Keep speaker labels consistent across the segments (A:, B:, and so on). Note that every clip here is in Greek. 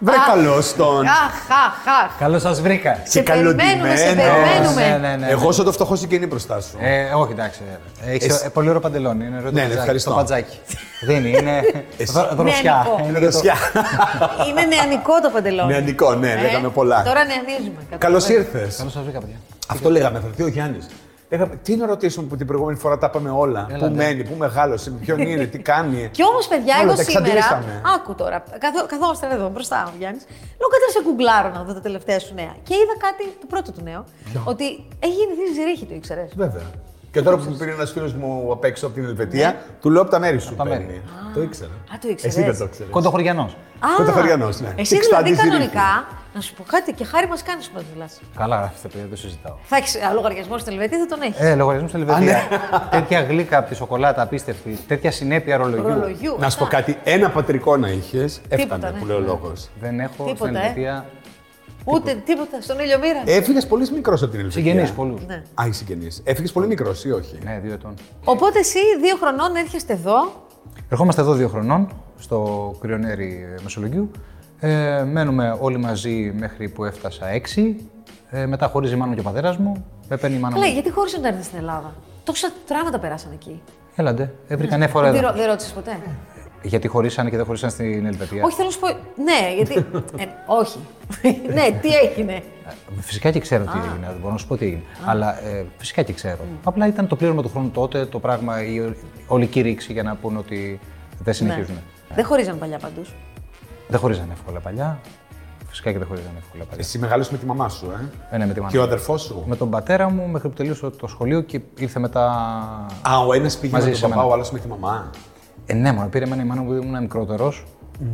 A: Βρε
B: Αχ.
A: καλώ τον.
B: Αχ, αχ, αχ.
C: Καλώς σας βρήκα.
A: Σε
B: Σε περιμένουμε, σε
A: καλοντημένο.
B: περιμένουμε.
C: Ναι, ναι, ναι.
A: Εγώ σαν το φτωχό συγγενή μπροστά σου.
C: Ε, όχι, εντάξει. ε, Έχεις
A: Εσύ-
C: ε, πολύ ωραίο παντελόνι. Είναι ωραίο το
A: Ναι, ναι,
C: πατζάκι,
A: ευχαριστώ.
C: Το πατζάκι. Δίνει, είναι δρο- δροσιά.
B: Ναι, ναι,
A: Είναι
C: Είναι και το-
A: δροσιά.
B: Είναι νεανικό το παντελόνι.
A: Νεανικό, ναι, λέγαμε πολλά.
B: Ε, Τώρα νεανίζουμε. καταλαβαίνεις.
A: Καλώς ήρθες.
C: Καλώς σας βρήκα, παιδιά.
A: Αυτό λέγαμε, θα έρθει ο Γιάννης. Λέγαμε, τι να ρωτήσουμε που την προηγούμενη φορά τα είπαμε όλα. πού μένει, πού μεγάλωσε, ποιον είναι, τι κάνει.
B: Κι όμως, παιδιά,
A: Όλα
B: εγώ
A: τα
B: σήμερα.
A: εξαντλήσαμε.
B: Άκου τώρα. καθό- Καθόμαστε εδώ μπροστά, ο Γιάννης. Λέω κάτσε να σε κουγκλάρω να δω τα τελευταία σου νέα. Και είδα κάτι, το πρώτο του νέο. Ότι έχει γεννηθεί στη Ζηρίχη, το ήξερες.
A: Βέβαια. Και τώρα που μου πήρε ένας φίλος μου απ' έξω από την Ελβετία, του λέω από τα μέρη σου.
C: τα μέρη.
A: παίρνει». Το ήξερα.
B: Ναι. Α, το ήξερες.
A: Εσύ δεν το ξέρεις.
C: Κοντοχωριανός.
A: Κονταφαριανός, ναι.
B: Εσύ
A: Και ξτά
B: δηλαδή
A: τη Ζηρίχη.
B: κανονικά. Να σου πω κάτι και χάρη μας κάνεις που μα μιλά.
C: Καλά γράφετε, παιδιά, δεν συζητάω.
B: Θα έχεις λογαριασμό στην Ελβετία, θα τον έχεις.
C: Ε, λογαριασμό στην
A: ναι.
C: Ελβετία. Τέτοια γλύκα από τη σοκολάτα, απίστευτη. Τέτοια συνέπεια ρολογιού.
B: Ρολογιού.
A: Να σου πω
B: αυτά.
A: κάτι, ένα πατρικό να είχες, έφτανε
B: ναι.
A: που λέει ο λόγος.
C: Δεν έχω στην
B: Τίποτα, ε.
C: Ελβετία
B: Ούτε τίποτα. Στον ήλιο μοίρα.
A: Έφυγες Ε, πολύς μικρός από την Ελβετία.
C: συγγενείς πολλούς.
B: Ναι.
A: Α, οι συγγενείς. Έφυγες πολύ μικρός ή όχι.
C: Ναι, δύο ετών.
B: Οπότε εσύ δύο χρονών έρχεστε εδώ.
C: Ερχόμαστε εδώ δύο χρονών, στο κρυονέρι ε, Μεσολογγίου. Ε, μένουμε όλοι μαζί μέχρι που έφτασα έξι. Ε, μετά χωρίζει η μάνα μου και ο πατέρας μου. Με παίρνει η μάνα μου.
B: Καλά, γιατί χώρισε όταν έρθεις στην Ελλάδα. Τόσα τραύματα περάσαν εκεί.
C: Έλαντε, έβρικα νέα φορά
B: Δεν
C: εδώ.
B: ρω- Δεν ρώτησες ποτέ.
C: Γιατί χωρίσανε και δεν χωρίσανε στην Ελβετία.
B: Όχι, θέλω να σου πω. Ναι, γιατί. ε, όχι. ναι, τι έγινε.
C: Ε, Φυσικά και ξέρω τι έγινε, δεν μπορώ να σου πω τι έγινε. Αλλά ε, φυσικά και ξέρω. Απλά ήταν το πλήρωμα του χρόνου τότε, το πράγμα, η όλη κήρυξη για να πούνε ότι δεν συνεχίζουν.
B: Ναι. Δεν χωρίζαν παλιά παντούς.
C: Δεν χωρίζανε εύκολα παλιά. Φυσικά και δεν χωρίζανε εύκολα παλιά.
A: Εσύ μεγάλωσες με τη μαμά σου, ε.
C: Ε, ναι, με τη μάνα
A: Και ο
C: μου.
A: αδερφός σου.
C: Με τον πατέρα μου μέχρι που τελείωσα το σχολείο και ήρθε μετά.
A: Α, ο ένας πήγε
C: Μαζί
A: με τον
C: σε
A: παπά,
C: μένα.
A: ο άλλος με τη μαμά.
C: Ε, ναι, μόνο πήρε εμένα η μάνα μου που ήμουν μικρότερος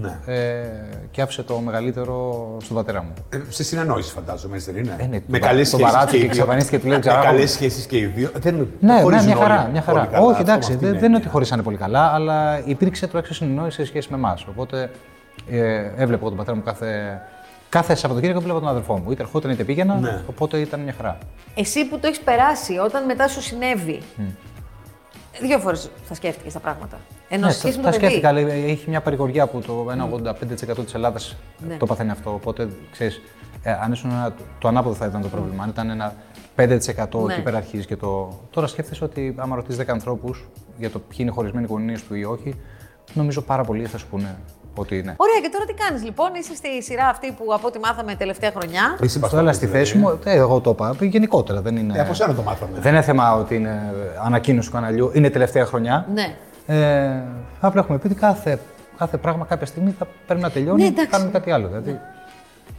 A: Ναι.
C: ε, και άφησε το μεγαλύτερο στον πατέρα μου.
A: Ε, σε συνεννόηση, φαντάζομαι, έτσι δεν είναι.
C: Ε, ναι,
A: με
C: τον πα-
A: καλέ
C: τον
A: σχέσει και
C: παράτησε
A: οι
C: και
A: δύο.
C: εξαφανίστηκε, του λέει,
A: Με
C: «Ξαράγω».
A: καλές σχέσεις και οι δύο. Ε, Δεν είναι-
C: Ναι, ναι,
A: χωρίζουν
C: μια χαρά.
A: όλοι
C: μια χαρά.
A: πολύ καλά,
C: Όχι,
A: αυτό με
C: εντάξει,
A: αυτή
C: δεν,
A: την
C: δεν είναι ότι
A: έννοια.
C: χωρίσανε πολύ καλά, αλλά υπήρξε τουλάχιστον συνεννόηση σε σχέση με εμάς. Οπότε ε, έβλεπα εγώ τον πατέρα μου κάθε, κάθε Σαββατοκύριακο έβλεπα τον αδερφό μου. Είτε ερχόταν είτε πήγαινα.
A: Ναι.
C: Οπότε ήταν μια χαρά.
B: Εσύ που το έχεις περάσει, όταν μετά σου συνέβη. Δύο φορές θα σκέφτηκες τα πράγματα. Ενώ σε σχέση
C: τα-
B: με
C: τα
B: το παιδί.
C: Ναι, σκέφτηκα. λέει, ε, Έχει μια παρηγοριά που το 1,85% της Ελλάδας το παθαίνει αυτό. Οπότε ξέρεις, ε, αν ήσουν ένα, το ανάποδο θα ήταν το πρόβλημα. Αν ήταν ένα 5%
B: Ναι.
C: εκεί πέρα αρχίζει και το. Τώρα σκέφτεσαι ότι άμα ρωτήσεις 10 ανθρώπους για το ποιοι είναι χωρισμένοι γονείς του ή όχι, νομίζω πάρα πολλοί θα σου πούνε ότι ναι. είναι.
B: Ωραία, και τώρα τι κάνεις, λοιπόν, είσαι στη σειρά αυτή που από ό,τι μάθαμε τελευταία χρονιά.
A: Εσύ
C: Αυτό αλλά στη
A: δηλαδή.
C: θέση μου, ε, εγώ το είπα γενικότερα. Δεν είναι,
A: Ε, από σένα το μάθαμε.
C: δεν είναι θέμα ότι είναι ανακοίνωση του καναλιού, είναι τελευταία χρονιά.
B: Ναι.
C: Ε, απλά έχουμε πει ότι κάθε, κάθε πράγμα κάποια στιγμή θα πρέπει να τελειώνει
B: Ναι,
C: και
B: εντάξει.
C: κάνουμε κάτι άλλο. Δηλαδή.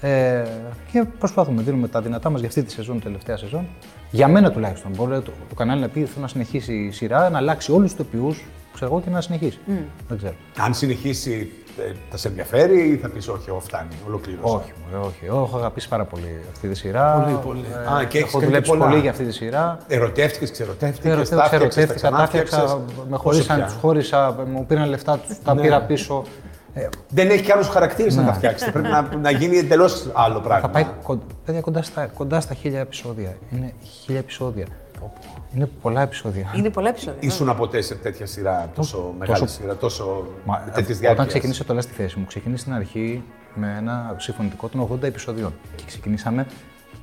C: Ε, και προσπαθούμε, δίνουμε τα δυνατά μας για αυτή τη σεζόν, τελευταία σεζόν. Για μένα τουλάχιστον. Μπορεί το, το κανάλι να πει θέλω να συνεχίσει η σειρά, να αλλάξει όλους τους ποιού, ξέρω εγώ, και να συνεχίσει. Δεν ξέρω.
A: Αν συνεχίσει, ε, θα σε ενδιαφέρει ή θα πεις όχι, εγώ φτάνει, ολοκλήρωσα.
C: Όχι, μωρέ, όχι. Εγώ έχω αγαπήσει πάρα πολύ αυτή τη σειρά.
A: Πολύ, πολύ.
C: Ε,
A: Α, και έχεις
C: έχω
A: κάνει
C: δουλέψει
A: πολλά.
C: πολύ για αυτή τη σειρά.
A: Ερωτεύτηκες, ξερωτεύτηκες.
C: Ερωτεύτηκα, ερωτεύτηκα, τα έφτιαξα, με χωρίσαν, τους χώρισα, μου πήραν λεφτά τους, τα πήρα πίσω. Ε,
A: Δεν έχει και άλλου χαρακτήρε να τα φτιάξει. Πρέπει να, να γίνει εντελώς άλλο πράγμα.
C: Ναι. θα πάει κον- παιδιά, κοντά, στα, κοντά στα χίλια επεισόδια. Είναι χίλια επεισόδια. Είναι πολλά επεισόδια.
B: Είναι πολλά επεισόδια.
A: Ήσουν ποτέ σε τέτοια σειρά, τόσο μεγάλη σειρά, τόσο
C: Μα, ε,
A: τέτοια διάρκεια.
C: όταν ξεκίνησε το Last στη θέση μου, ξεκίνησε στην αρχή με ένα συμφωνητικό των 80 επεισοδιών. Και ξεκινήσαμε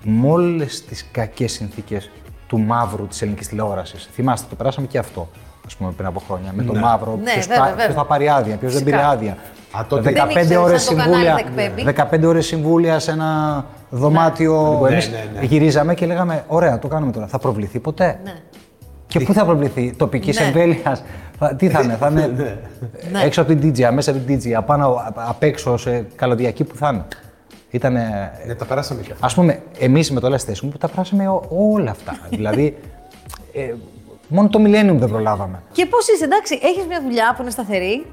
C: με όλες τις κακές συνθήκες του μαύρου της ελληνικής τηλεόρασης. Θυμάστε, το περάσαμε και αυτό ας πούμε, πριν από χρόνια. Με το μαύρο,
B: Ναι,
C: ποιος
B: βέβαια,
C: θα-
B: βέβαια.
C: ποιος θα πάρει άδεια, ποιος δεν
B: Φυσικά.
C: πήρε άδεια.
A: Α, τότε
B: Δεν ήξερες αν το κανάλι θα εκπέμπει.
C: 15 ώρες συμβούλια σε ένα δωμάτιο.
A: Ναι,
C: Εμείς
A: ναι, ναι.
C: γυρίζαμε και λέγαμε: Ωραία, το κάνουμε τώρα. Θα προβληθεί ποτέ.
B: Ναι.
C: Και πού θα προβληθεί, τοπικής
B: Ναι.
C: ναι. εμβέλεια. Τι θα είναι, θα είναι έξω από την DJ, μέσα από την DJ, απάνω, απ' απ' έξω σε καλωδιακή που θα είναι. Ήτανε,
A: Ναι, τα περάσαμε και αυτά.
C: ας πούμε, εμείς με το Last Station που τα πράσαμε ό- όλα αυτά. δηλαδή, ε, μόνο το Millennium δεν προλάβαμε.
B: Και πώς είσαι, εντάξει, έχεις μια δουλειά που είναι σταθερή.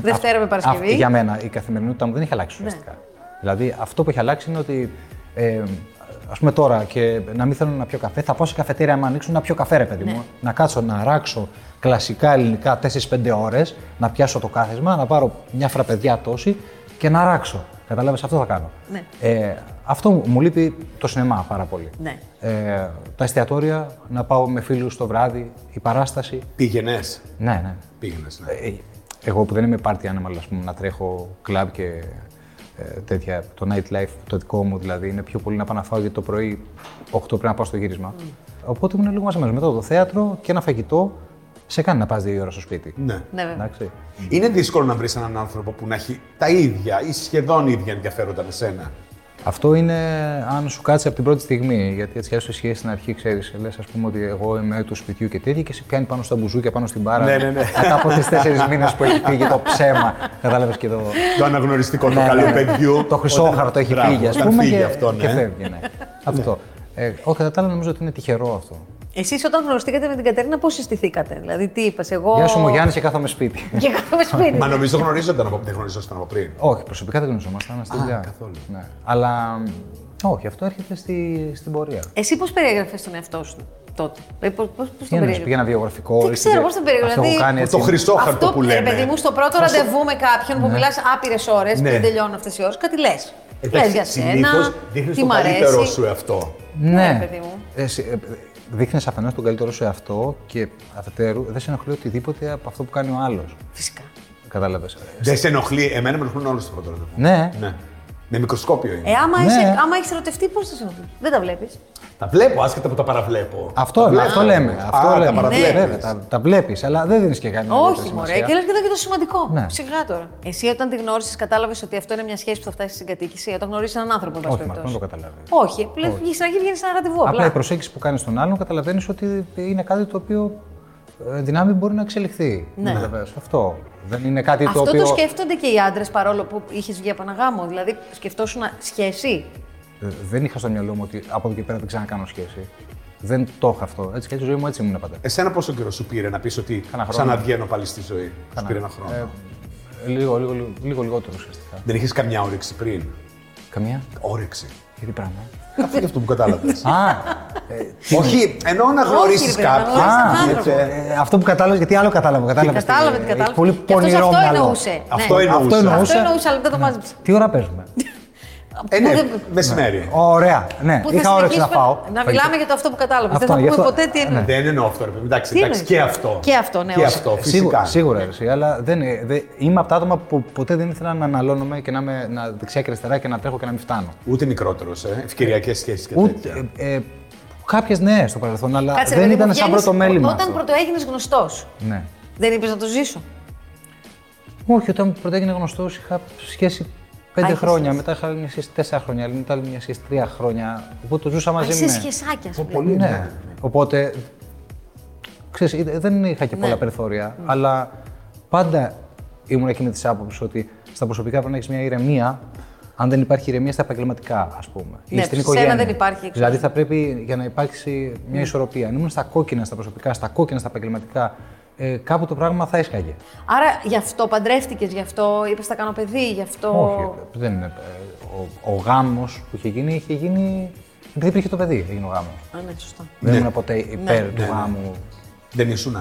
B: Δευτέρα με Παρασκευή. Ναι.
C: Αυτή για μένα η καθημερινότητά μου δεν έχει αλλάξει ουσιαστικά. Δηλαδή αυτό που έχει αλλάξει είναι ότι ε, ας πούμε τώρα και να μην θέλω να πιω καφέ, θα πάω σε καφετέρια άμα ανοίξουν να πιω καφέ ρε παιδί
B: Ναι.
C: μου. Να κάτσω να ράξω κλασικά ελληνικά 4-5 ώρες, να πιάσω το κάθισμα, να πάρω μια φραπεδιά τόση και να ράξω. Καταλάβες, αυτό θα κάνω.
B: Ναι.
C: Ε, αυτό μου λείπει το σινεμά πάρα πολύ.
B: Ναι.
C: Ε, τα εστιατόρια, να πάω με φίλους το βράδυ, η παράσταση.
A: Πήγαινες.
C: Ναι, ναι.
A: Πήγαινες. Ναι.
C: Ε, εγώ που δεν είμαι party animal, ας πούμε, να τρέχω κλαμπ και ε, τέτοια. Το nightlife, το δικό μου δηλαδή, είναι πιο πολύ να πάω να φάω γιατί το πρωί 8 πρέπει να πάω στο γύρισμα. Οπότε ήμουν λίγο μαζεμένος. Μετά το θέατρο και ένα φαγητό σε κάνει να πας δύο ώρα στο σπίτι.
A: Ναι.
B: Ναι, βέβαια.
C: Εντάξει.
A: Είναι δύσκολο να βρεις έναν άνθρωπο που να έχει τα ίδια ή σχεδόν ίδια ενδιαφέροντα με σένα.
C: Αυτό είναι αν σου κάτσει από την πρώτη στιγμή. Γιατί έτσι κι αλλιώ η σχέση στην αρχή, ξέρεις, λες, ας πούμε, ότι εγώ είμαι του σπιτιού και τέτοια και σε πιάνει πάνω στα μπουζούκια, πάνω στην μπάρα.
A: Ναι, ναι, ναι.
C: Μετά από τις τέσσερις μήνες που έχει φύγει το ψέμα. Κατάλαβες και το.
A: Το αναγνωριστικό του
C: Ναι,
A: καλού
C: ναι.
A: παιδιού.
C: Το χρυσόχαρτο έχει
A: Μπράβο,
C: φύγει, ας
A: όταν
C: πούμε.
A: φύγει
C: και,
A: αυτό, ναι.
C: και φεύγει, ναι. αυτό. Ε, όχι, κατά τα άλλα, νομίζω ότι είναι τυχερό αυτό.
B: Εσείς όταν γνωριστήκατε με την Κατερίνα, πώς συστηθήκατε. Δηλαδή, τι είπες, εγώ.
C: Γεια σου, μου Γιάννη, και κάθομαι σπίτι.
B: Και κάθομαι σπίτι.
A: Μα νομίζω γνωρίζονταν από, δεν γνωρίζονταν από πριν.
C: όχι, προσωπικά δεν γνωριζόμασταν. στη δουλειά.
A: καθόλου.
C: Ναι. Αλλά όχι, αυτό έρχεται στη, στην πορεία.
B: Εσύ πώς περιέγραφες τον εαυτό σου τότε. Δηλαδή, Πώ
C: Τι
B: τον
C: εννοείς,
B: περιέγραφε.
C: πήγε ένα βιογραφικό.
B: Δεν
C: ήρθε
B: ξέρω
C: και-
B: πώς τον περιγράφει,
C: Αυτό έχω
B: δηλαδή-
C: κάνει έτσι.
A: Το χρυσόχαρτο
B: Αυτό
A: που
B: ρε
A: λέμε.
B: παιδί μου, στο πρώτο ραντεβού με κάποιον που μιλάς άπειρες ώρες
A: Ναι.
B: και δεν τελειώνουν αυτές οι ώρες, κάτι λες. Λε
A: Εντάξει,
B: Ε, για
A: συνήθως
B: σένα,
A: δείχνεις
B: τι
A: το
B: μ'
A: καλύτερό
B: αρέσει.
A: σου εαυτό.
C: Ναι,
B: παιδί μου.
C: Δείχνεις αφενός τον καλύτερο σου εαυτό και αφετέρου δεν σε ενοχλεί οτιδήποτε από αυτό που κάνει ο άλλος.
B: Φυσικά.
C: Κατάλαβες.
A: Δεν σε ενοχλεί. Εμένα με ενοχλούν όλους στο πρώτο ραντεβού.
C: Ναι.
A: Ναι. Με μικροσκόπιο είναι.
B: Ε, άμα,
C: Ναι.
B: είσαι, άμα έχεις ερωτευτεί, πώς θα σε ενοχλεί. Δεν τα βλέπεις.
A: Τα βλέπω άσχετα που τα παραβλέπω.
C: Αυτό,
A: Τα
C: λέμε,
A: βλέπω.
C: αυτό λέμε.
A: Α, ναι,
C: Αυτό λέμε. Ναι,
A: τα παραβλέπεις.
C: Βέβαια, τα, τα βλέπεις, αλλά δεν δίνεις και κανένα.
B: Όχι, μωρέ. Και λες και εδώ και το σημαντικό.
C: Ναι.
B: Ψυχά τώρα. Εσύ όταν τη γνώρισες, κατάλαβες ότι αυτό είναι μια σχέση που θα φτάσεις στην κατοίκηση. Όταν γνωρίζεις έναν άνθρωπο, εν πάση
C: Όχι, μα αυτό
B: περιπτώσει.
C: δεν το καταλαβαίνει.
B: Όχι, πλέον στην αρχή βγαίνεις σε ένα ραντεβού.
C: Απλά η
B: Απλά.
C: προσέγγιση που κάνεις στον άλλον καταλαβαίνεις ότι είναι κάτι το οποίο ε, δυνάμει μπορεί να εξελιχθεί.
B: Ναι.
C: Καταλαβαίνεις. Αυτό. Δεν είναι κάτι
B: Αυτό
C: το
B: το,
C: οποίο. ε,
B: σκέφτονται και οι άντρες παρόλο που είχες βγει από ένα γάμο. Δηλαδή, σκεφτόσουν σχέση.
C: Ε, Δεν είχα στο μυαλό μου ότι από εδώ και πέρα δεν ξανακάνω σχέση. Δεν το είχα αυτό. Έτσι και έτσι η ζωή μου έτσι ήμουν πάντα.
A: Εσένα πόσο καιρό σου πήρε να πεις ότι
C: Κάνα χρόνο.
A: ξαναβγαίνω πάλι στη ζωή. Σου πήρε ένα χρόνο.
C: Ε, λίγο, λίγο, λίγο, λίγο λιγότερο ουσιαστικά.
A: Δεν είχες καμιά όρεξη πριν.
C: Καμία.
A: Όρεξη.
C: Για τι πράγμα.
A: Αυτό είναι αυτό που κατάλαβες.
C: Α,
A: Όχι, εννοώ να γνωρίσεις
B: ρε παιδί, να
A: κάποιον.
B: γνωρίσεις
C: α,
B: έναν
A: έτσι.
B: άνθρωπο.
C: ε, αυτό που κατάλαβες, γιατί άλλο κατάλαβα. Κατάλαβες.
B: Κατάλαβε τι κατάλαβε.
C: Πολύ
B: Και αυτός
C: πονηρό
B: αυτό
C: μυαλό.
B: εννοούσε.
A: Αυτό
B: ναι.
A: εννοούσα.
C: Αυτό εννοούσα. Ναι.
B: Αυτό εννοούσα, αλλά δεν το μάζεψε.
C: Τι ώρα παίζουμε.
A: Ε, ναι,
B: Που δεν-
A: μεσημέρι.
C: Ωραία. Ναι,
B: που θα
C: είχα όρεξη να
B: συνεχίσουμε
C: φάω.
B: Να μιλάμε για το αυτό που κατάλαβες. Δεν θα
C: Αυτό, Ναι. γι'
B: πούμε
C: αυτό-
B: ποτέ τι εννοεί.
A: Ε, Δεν εννοώ αυτό, ρε παιδί. Εντάξει,
B: Τι
A: εντάξει,
B: εννοείς?
A: και αυτό.
B: Και αυτό, ναι,
A: Και
B: όχι.
A: αυτό,
C: Σίγουρα,
A: φυσικά.
C: σίγουρα ρε, εσύ, αλλά δεν, ε, δεν- είμαι από τα άτομα που ποτέ δεν ήθελα να αναλώνομαι και να είμαι να δεξιά και αριστερά και να τρέχω και να μην φτάνω.
A: Ούτε μικρότερος, ε. Ευκαιριακές σχέσεις και τέτοια.
C: Ούτε. Ε, ε, Κάποιες ναι στο παρελθόν, αλλά
B: Κάτσε, ρε παιδί
C: δεν
B: μου,
C: ήταν σαν
B: βγαίνεις-
C: πρώτο μέλημα.
B: Όταν
C: αυτό.
B: πρωτοέγινε γνωστός,
C: Ναι.
B: δεν είπες να το ζήσω.
C: Όχι, όταν πρώτα έγινε γνωστός, είχα σχέση πέντε
B: είχες
C: χρόνια.
B: σχέση.
C: Μετά είχα άλλη μια σχέση τέσσερα χρόνια, άλλη μετά άλλη μια σχέση τρία χρόνια. Οπότε το ζούσα
B: Α,
C: μαζί
B: Είσαι
C: με.
B: σχεσάκια. σου
A: Πολύ,
C: Ναι.
A: ναι.
C: Οπότε. Ξέρεις, ε, δεν είχα και
B: Ναι.
C: πολλά περιθώρια, αλλά πάντα ήμουν εκεί με τη άποψη ότι στα προσωπικά πρέπει να έχεις μια ηρεμία. Αν δεν υπάρχει ηρεμία στα επαγγελματικά, ας πούμε.
B: Ναι,
C: ή στην
B: σε
C: οικογένεια.
B: ένα δεν υπάρχει,
C: Δηλαδή θα πρέπει για να υπάρξει μια ισορροπία. Αν ήμουν στα κόκκινα στα προσωπικά, στα κόκκινα στα επαγγελματικά, ε, κάπου το πράγμα θα έσχαγε.
B: Άρα γι' αυτό παντρεύτηκες, γι' αυτό είπες θα κάνω παιδί, γι' αυτό.
C: Όχι, δεν είναι. ε, Ο, ο γάμος που είχε γίνει είχε γίνει. Επειδή υπήρχε το παιδί, έγινε ο γάμος.
B: Α, ναι, σωστά.
C: Δεν ήμουν ποτέ
B: Ναι.
C: υπέρ του γάμου.
A: Δεν ήσουν.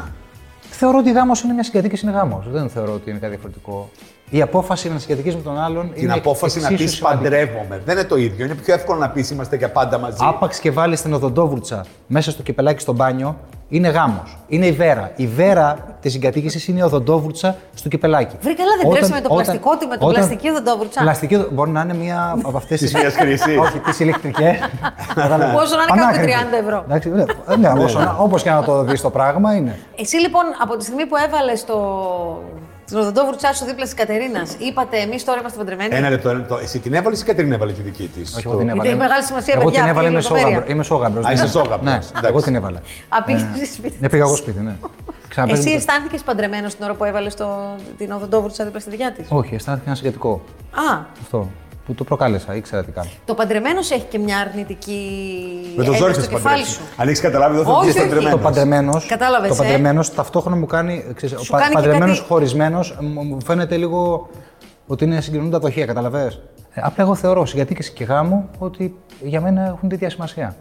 C: Θεωρώ ότι γάμος είναι μια συγκατοίκηση, είναι γάμος. Δεν θεωρώ ότι είναι κάτι διαφορετικό. Η απόφαση να συγκατοικείς με τον άλλον
A: Την απόφαση να
C: εξίσου
A: πεις
C: σημαντική.
A: παντρεύομαι. Δεν είναι το ίδιο. Είναι πιο εύκολο να πεις είμαστε για πάντα μαζί.
C: Άπαξ και βάλεις την οδοντόβουρτσα μέσα στο κεπελάκι στο μπάνιο, είναι γάμος. Είναι η βέρα. Η βέρα της συγκατοίκησης είναι η οδοντόβουρτσα στο κεπελάκι.
B: Βρε καλά, δεν
C: Όταν-
B: τρέψαμε το
C: όταν-
B: πλαστικό του με το
C: όταν-
B: πλαστική οδοντόβουρτσα.
C: Πλαστική οδο- μπορεί να είναι μία από αυτές τι.
A: Της μιας χρήσης.
C: Όχι, τι ηλεκτρικέ.
B: Πόσο να είναι κάπου 30 ευρώ.
C: Ναι, όπω και να το δεις το πράγμα είναι.
B: Εσύ λοιπόν από τη στιγμή που έβαλες το. Την οδοντόβουρτσά σου δίπλα τη Κατερίνας, είπατε εμείς τώρα είμαστε παντρεμένοι.
A: Ένα λεπτό, ένα λεπτό. Εσύ την έβαλες ή η Κατερίνα έβαλε τη δική της.
C: Όχι, εγώ την έβαλα.
B: έχει μεγάλη σημασία,
C: Εγώ
B: παιδιά,
C: την έβαλα,
B: αυτή
C: είμαι
B: η λεπτομέρεια.
C: σόγαμπρο. Είμαι σόγαμπρος,
A: Α,
C: ναι.
A: είσαι σόγαμπρος.
C: Ναι,
A: Εντάξει.
C: εγώ την έβαλα.
B: Α, πήγες σπίτι.
C: Ναι, πήγα εγώ σπίτι, ναι. Ξαναπέζουμε
B: Εσύ
C: το-
B: αισθάνθηκες παντρεμένος την ώρα που έβαλες το... την οδοντόβουρτσα δίπλα στη δικιά της.
C: Όχι, αισθάνθηκα ένα συγκεκριτικό.
B: Α,
C: Αυτό. Που το προκάλεσα, ήξερα τι κάνω.
B: το παντρεμένος έχει και μια αρνητική.
A: Με το
B: ένταση
A: ζόρι
B: στο
A: θα σου
B: κεφάλι
A: παντρέψει.
B: σου.
A: Αν έχει καταλάβει, εδώ θα
B: Όχι,
A: βγει
B: όχι.
A: παντρεμένος.
C: Το παντρεμένος.
B: Κατάλαβες,
C: Το
B: ε.
C: παντρεμένος ταυτόχρονα μου κάνει. Ξέρεις,
B: Σου
C: ο
B: κάνει και
C: παντρεμένος
B: κάτι-
C: χωρισμένος μου φαίνεται λίγο ότι είναι συγκοινωνούν τα δοχεία, καταλαβέ. Ε, απλά εγώ θεωρώ συγκατοίκηση και γάμο ότι για μένα έχουν τέτοια σημασία.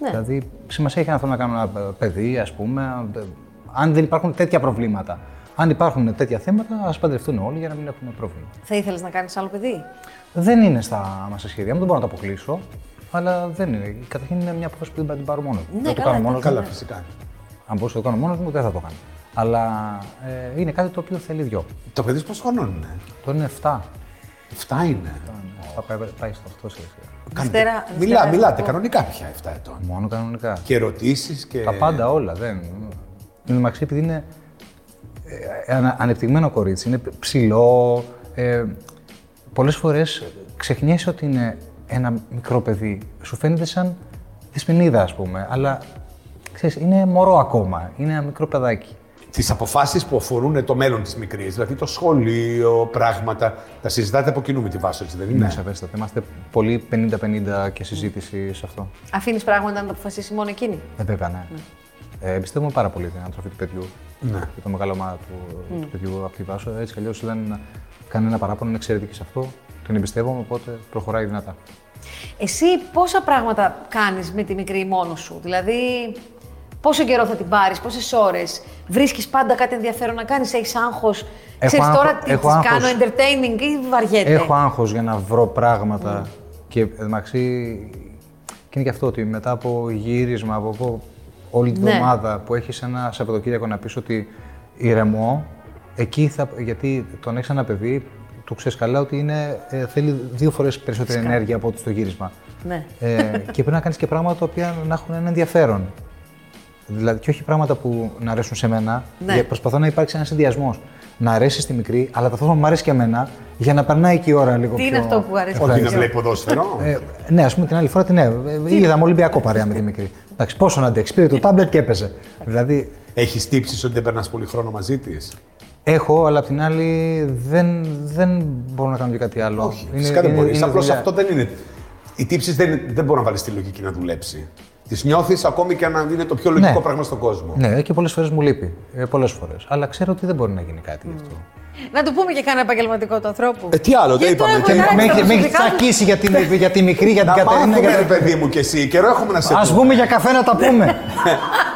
B: Ναι.
C: Δηλαδή, σημασία έχει αν θέλω να κάνω ένα ε, παιδί, ας πούμε. ε, Αν δεν υπάρχουν τέτοια προβλήματα. Αν υπάρχουν τέτοια θέματα, ας παντρευτούν όλοι για να μην έχουμε πρόβλημα.
B: Θα ήθελες να κάνεις άλλο παιδί.
C: Δεν είναι στα μας σχέδια μου, δεν μπορώ να το αποκλείσω. Αλλά δεν είναι. Καταρχήν είναι μια απόφαση που δεν την πάρω μόνος μου.
B: Ναι,
C: δεν το
B: καλά,
C: κάνω μόνο μου.
A: Καλά, φυσικά.
C: Αν μπορούσα να το κάνω μόνος μου, δεν θα το κάνω. Αλλά ε, είναι κάτι το οποίο θέλει δυο.
A: Το παιδί σου πόσο χρονών είναι.
C: Το είναι 7.
A: 7 είναι.
C: Θα πάει, πάει στο 8 σε λεξιά.
B: Δευτέρα-
A: Μιλά,
B: Δευτέρα
A: μιλάτε
B: Εθνικό.
A: κανονικά πια 7 ετών.
C: Μόνο κανονικά.
A: Και ερωτήσεις και.
C: Τα πάντα όλα. Δεν. Είναι μαξί επειδή είναι ε, ανα- ανεπτυγμένο κορίτσι. Είναι ψηλό. Ε, Πολλές φορές ξεχνιέσαι ότι είναι ένα μικρό παιδί. Σου φαίνεται σαν δεσπινίδα, ας πούμε. Αλλά ξέρεις, είναι μωρό ακόμα. Είναι ένα μικρό παιδάκι.
A: Τις αποφάσεις που αφορούν το μέλλον της μικρής, δηλαδή το σχολείο, πράγματα. Τα συζητάτε από κοινού με τη Βάσο, έτσι δεν είναι.
C: Ναι. Σαφέστατα. Είμαστε πολύ 50-50 και συζήτηση σε αυτό.
B: Αφήνεις πράγματα να τα αποφασίσει μόνο εκείνη.
C: Ε, βέβαια, ναι. Ε, εμπιστεύομαι πάρα πολύ την ανατροφή του παιδιού και το μεγαλώμα του, του παιδιού από τη Βάσο. Έτσι κι αλλιώς δεν κάνει ένα παράπονο, είναι εξαιρετική σε αυτό. Την εμπιστεύομαι, οπότε προχωράει δυνατά.
B: Εσύ πόσα πράγματα κάνεις με τη μικρή μόνο σου, Δηλαδή πόσο καιρό θα την πάρεις, πόσες ώρες, Βρίσκεις πάντα κάτι ενδιαφέρον να κάνεις, Έχεις άγχος. Ξέρεις
C: άγχο-
B: τώρα τι
C: έχω
B: της
C: άγχος.
B: κάνω, entertaining ή βαριέται.
C: Έχω άγχος για να βρω πράγματα. Και εντωμεταξύ. Και είναι και αυτό ότι μετά από γύρισμα, από, από όλη την
B: Ναι.
C: εβδομάδα που έχεις ένα Σαββατοκύριακο να πεις ότι ηρεμώ, εκεί θα. Γιατί τον έχεις ένα παιδί, του ξέρει καλά ότι είναι, ε, θέλει δύο φορές περισσότερη ενέργεια από ό,τι στο γύρισμα.
B: Ναι.
C: Ε, και πρέπει να κάνεις και πράγματα τα οποία να έχουν ένα ενδιαφέρον. Δηλαδή, και όχι πράγματα που να αρέσουν σε μένα.
B: Ναι.
C: Για- Προσπαθώ να υπάρξει ένας συνδυασμό. Να αρέσει στη μικρή, αλλά ταυτόχρονα μου αρέσει και εμένα, για να περνάει και η ώρα λίγο
B: Τι
C: πιο.
B: είναι αυτό που αρέσει
A: Όχι
C: ευχάριστα.
A: να βλέπει ποδόσφαιρο.
C: Ε, ναι, ας πούμε την άλλη φορά την ναι, είδαμε Ολυμπιακό παρέα με τη μικρή. Εντάξει, πόσο να αντέξει. Πήρε το τάμπλετ και έπαιζε. δηλαδή,
A: Έχεις τύψεις ότι δεν περνάς πολύ χρόνο μαζί της.
C: έχω, αλλά απ' την άλλη δεν, δεν μπορώ να κάνω και κάτι άλλο. Όχι,
A: Φυσικά δεν μπορεί. Απλώ αυτό δεν είναι. Οι τύψεις δεν, δεν μπορεί να βάλεις τη λογική να δουλέψει. Τις νιώθεις ακόμη και αν είναι το πιο λογικό
C: Ναι.
A: πράγμα στον κόσμο.
C: Ναι, και πολλές φορές μου λείπει. Ε, πολλές φορές. Αλλά ξέρω ότι δεν μπορεί να γίνει κάτι γι' αυτό.
B: Να του πούμε και κανένα επαγγελματικό του ανθρώπου.
A: Ε, τι άλλο,
B: Γιατί
A: δεν
B: τώρα
A: είπαμε.
B: έχω
A: Και
B: κάνει
C: με
B: τα
C: έχει, με έχει
B: προσωπικά μου.
C: τσακίσει για την, για τη μικρή, για την
A: Να
C: Κατερίνα.
A: πάμε,
C: Για...
A: ρε
C: την-
A: παιδί μου κι εσύ. Καιρό έχουμε να σε
C: Ας
A: δούμε.
C: βγούμε για καφέ να τα πούμε.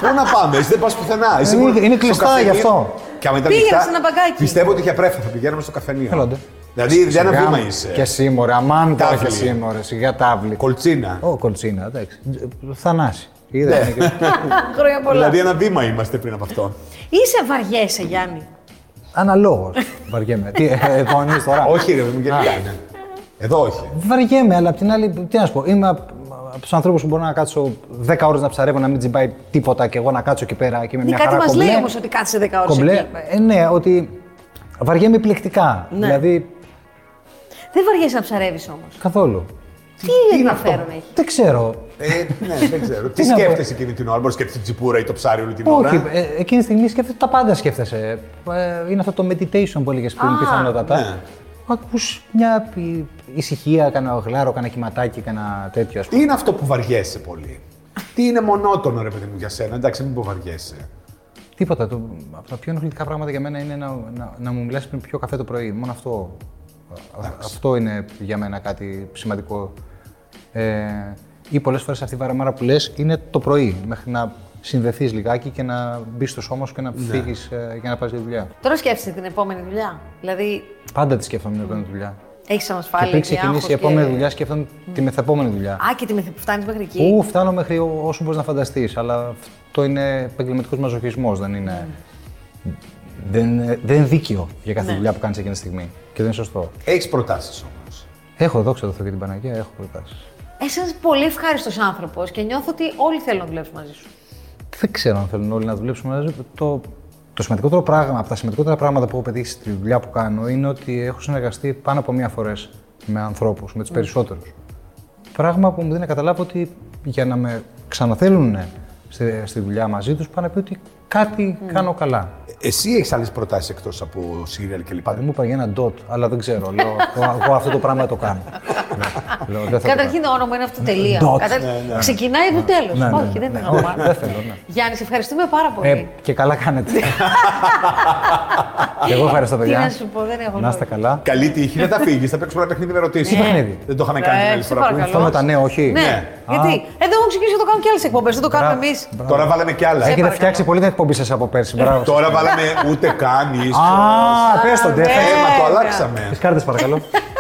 A: Πού να πάμε, εσύ δεν πας πουθενά. Εσύ
C: Είναι-
A: μόνο
C: είναι
A: στο
C: κλειστά
A: καφενείο.
C: γι' αυτό.
A: Και άμα ήταν
B: Πήγαινε
A: κλειστά,
B: σε ένα μπαγκάκι.
A: Πιστεύω ότι για πρέφα θα πηγαίναμε στο καφενείο.
C: Θέλονται.
A: Δηλαδή για ένα
C: Σιγά
A: βήμα
C: μου.
A: είσαι.
C: Και σήμερα, αμάν τώρα και
A: Τάβλη.
C: σήμερα, σιγά τάβλη.
A: Κολτσίνα.
C: Ω, κολτσίνα, εντάξει. Θανάση. Είδα.
A: Ναι.
C: είναι και-
B: Χρόνια πολλά.
A: Δηλαδή ένα βήμα είμαστε πριν από αυτό.
B: Είσαι βαριέσαι, Γιάννη.
C: Αναλόγως. Βαριέμαι. Τι, ε, ε, κανονίζεις τώρα.
A: όχι, ρε, μου γενικά είναι. Εδώ όχι.
C: Βαριέμαι, αλλά απ' την άλλη, τι να σου πω, είμαι από τους ανθρώπους που μπορώ να κάτσω 10 ώρες να ψαρεύω, να μην τσιμπάει τίποτα και εγώ να κάτσω εκεί πέρα και με
B: Ναι,
C: μια
B: κάτι
C: χαρά
B: μας
C: κομπλέ.
B: λέει όμως ότι κάτσε 10 ώρες
C: Κομπλέ,
B: εκεί.
C: ε, ναι, ότι βαριέμαι επιλεκτικά.
B: Ναι.
C: Δηλαδή,
B: Δεν βαριέσαι να ψαρεύεις όμως.
C: καθόλου.
B: Τι ενδιαφέρον έχει.
C: Δεν ξέρω.
A: Ε, ναι, δεν ξέρω. Τι
C: Τι να πω.
A: σκέφτεσαι εκείνη την ώρα, μπορείς να σκέφτεσαι την τσιπούρα ή το ψάρι όλη την
C: Όχι,
A: ώρα.
C: ε, εκείνη τη στιγμή σκέφτεσαι τα πάντα σκέφτεσαι. Ε, είναι αυτό το meditation που έλεγες πριν,
B: Α,
C: πιθανότατα.
A: ναι.
C: Ακούς μια πι- ησυχία, κάνα γλάρο, κάνα κυματάκι, κάνα τέτοιο, ας
A: Τι
C: πούμε.
A: είναι αυτό που βαριέσαι πολύ. Τι είναι μονότονο, ρε παιδί μου, για σένα. Εντάξει, μην πω βαριέσαι.
C: Τίποτα. Το, από τα πιο ενοχλητικά πράγματα για μένα είναι να, να, να μου μιλάς πριν πιο καφέ το πρωί. Μόνο αυτό. Α- αυτό είναι για μένα κάτι σημαντικό. Ε, ή πολλές φορές αυτή η βαραμάρα που λες είναι το πρωί, μέχρι να συνδεθείς λιγάκι και να μπεις στο σώμα σου και να φύγεις ε, για να πας για δουλειά.
B: Τώρα σκέφτεσαι την επόμενη δουλειά. Δηλαδή,
C: Πάντα τη σκέφτομαι την επόμενη δουλειά.
B: έχεις
C: Και
B: ανασφάλεια.
C: πριν
B: και
C: ξεκινήσει
B: άγχος
C: η επόμενη
B: και-
C: δουλειά, σκέφτομαι τη μεθεπόμενη δουλειά.
B: Α, και τη μεθ- που φτάνεις μέχρι εκεί.
C: Ού, φτάνω μέχρι ό- όσο μπορείς να φανταστείς, αλλά αυτό είναι επαγγελματικός μαζοχισμός, δεν είναι. Δεν, είναι- δεν είναι δίκαιο για κάθε
B: Ναι.
C: δουλειά που κάνεις εκείνη τη στιγμή. Και δεν είναι σωστό.
A: Έχεις προτάσεις όμως.
C: Έχω, δόξα τω Θεώ και την Παναγία, έχω προτάσεις.
B: Είσαι ένα πολύ ευχάριστος άνθρωπος και νιώθω ότι όλοι θέλουν να δουλέψουν μαζί σου.
C: Δεν ξέρω αν θέλουν όλοι να δουλέψουν μαζί. Το, το σημαντικότερο πράγμα, από τα σημαντικότερα πράγματα που έχω πετύχει στη δουλειά που κάνω είναι ότι έχω συνεργαστεί πάνω από μία φορές με ανθρώπους, με τους περισσότερους. Πράγμα που μου δίνει να καταλάβω ότι για να με ξαναθέλουν ναι, στη, στη δουλειά μαζί τους, πάνε να πει ότι κάτι κάνω καλά.
A: Εσύ έχεις άλλες προτάσεις εκτός από σύριαλ κλπ.
C: Δεν μου είπα για ένα ντότ, αλλά δεν ξέρω. Λέω, εγώ- εγώ αυτό το πράγμα το κάνω. Ναι. Λέω, δεν θα το
B: Καταρχήν το όνομα είναι αυτό τελεία.
C: Dot.
B: Κατα- Ξεκινάει από το τέλος.
C: Ναι, ναι,
B: Όχι,
C: ναι,
B: δεν
C: ναι.
B: είναι
C: Όχι,
B: όνομα.
C: δεν θέλω, ναι.
B: Γιάννη, σε ευχαριστούμε πάρα
C: κάνω.
B: πολύ.
C: Ε, και καλά κάνετε. Και εγώ ευχαριστώ,
B: Τι
C: παιδιά.
B: να σου πω, δεν έχω
C: Να είστε
B: λόγια.
C: καλά.
A: Καλή τύχη, δεν θα φύγεις. Θα παίξουμε ένα παιχνίδι με ερωτήσεις.
C: Τι παιχνίδι?
A: Δεν το είχαμε κάνει την
B: Ναι. Ε,
A: άλλη
B: σε
A: φορά. που
B: παρακαλώ.
C: Αυτό με τα νέα, όχι.
B: Ναι, γιατί. Εδώ έχω ξεκινήσει να το κάνω και άλλες εκπομπές. Δεν το κάνουμε
C: Μπράβο.
B: εμεί.
A: ήρθαμε. Τώρα βάλαμε κι άλλα.
C: Έχετε
B: παρακαλώ.
C: φτιάξει πολύ την εκπομπή σας από πέρσι. Μπράβο. σας.
A: Τώρα βάλαμε ούτε καν ίσως.
C: Α, πες τον
B: ναι.
C: τέφα.
A: Θέμα το
B: βέβαια.
A: αλλάξαμε.
C: Τις κάρτες παρακαλώ.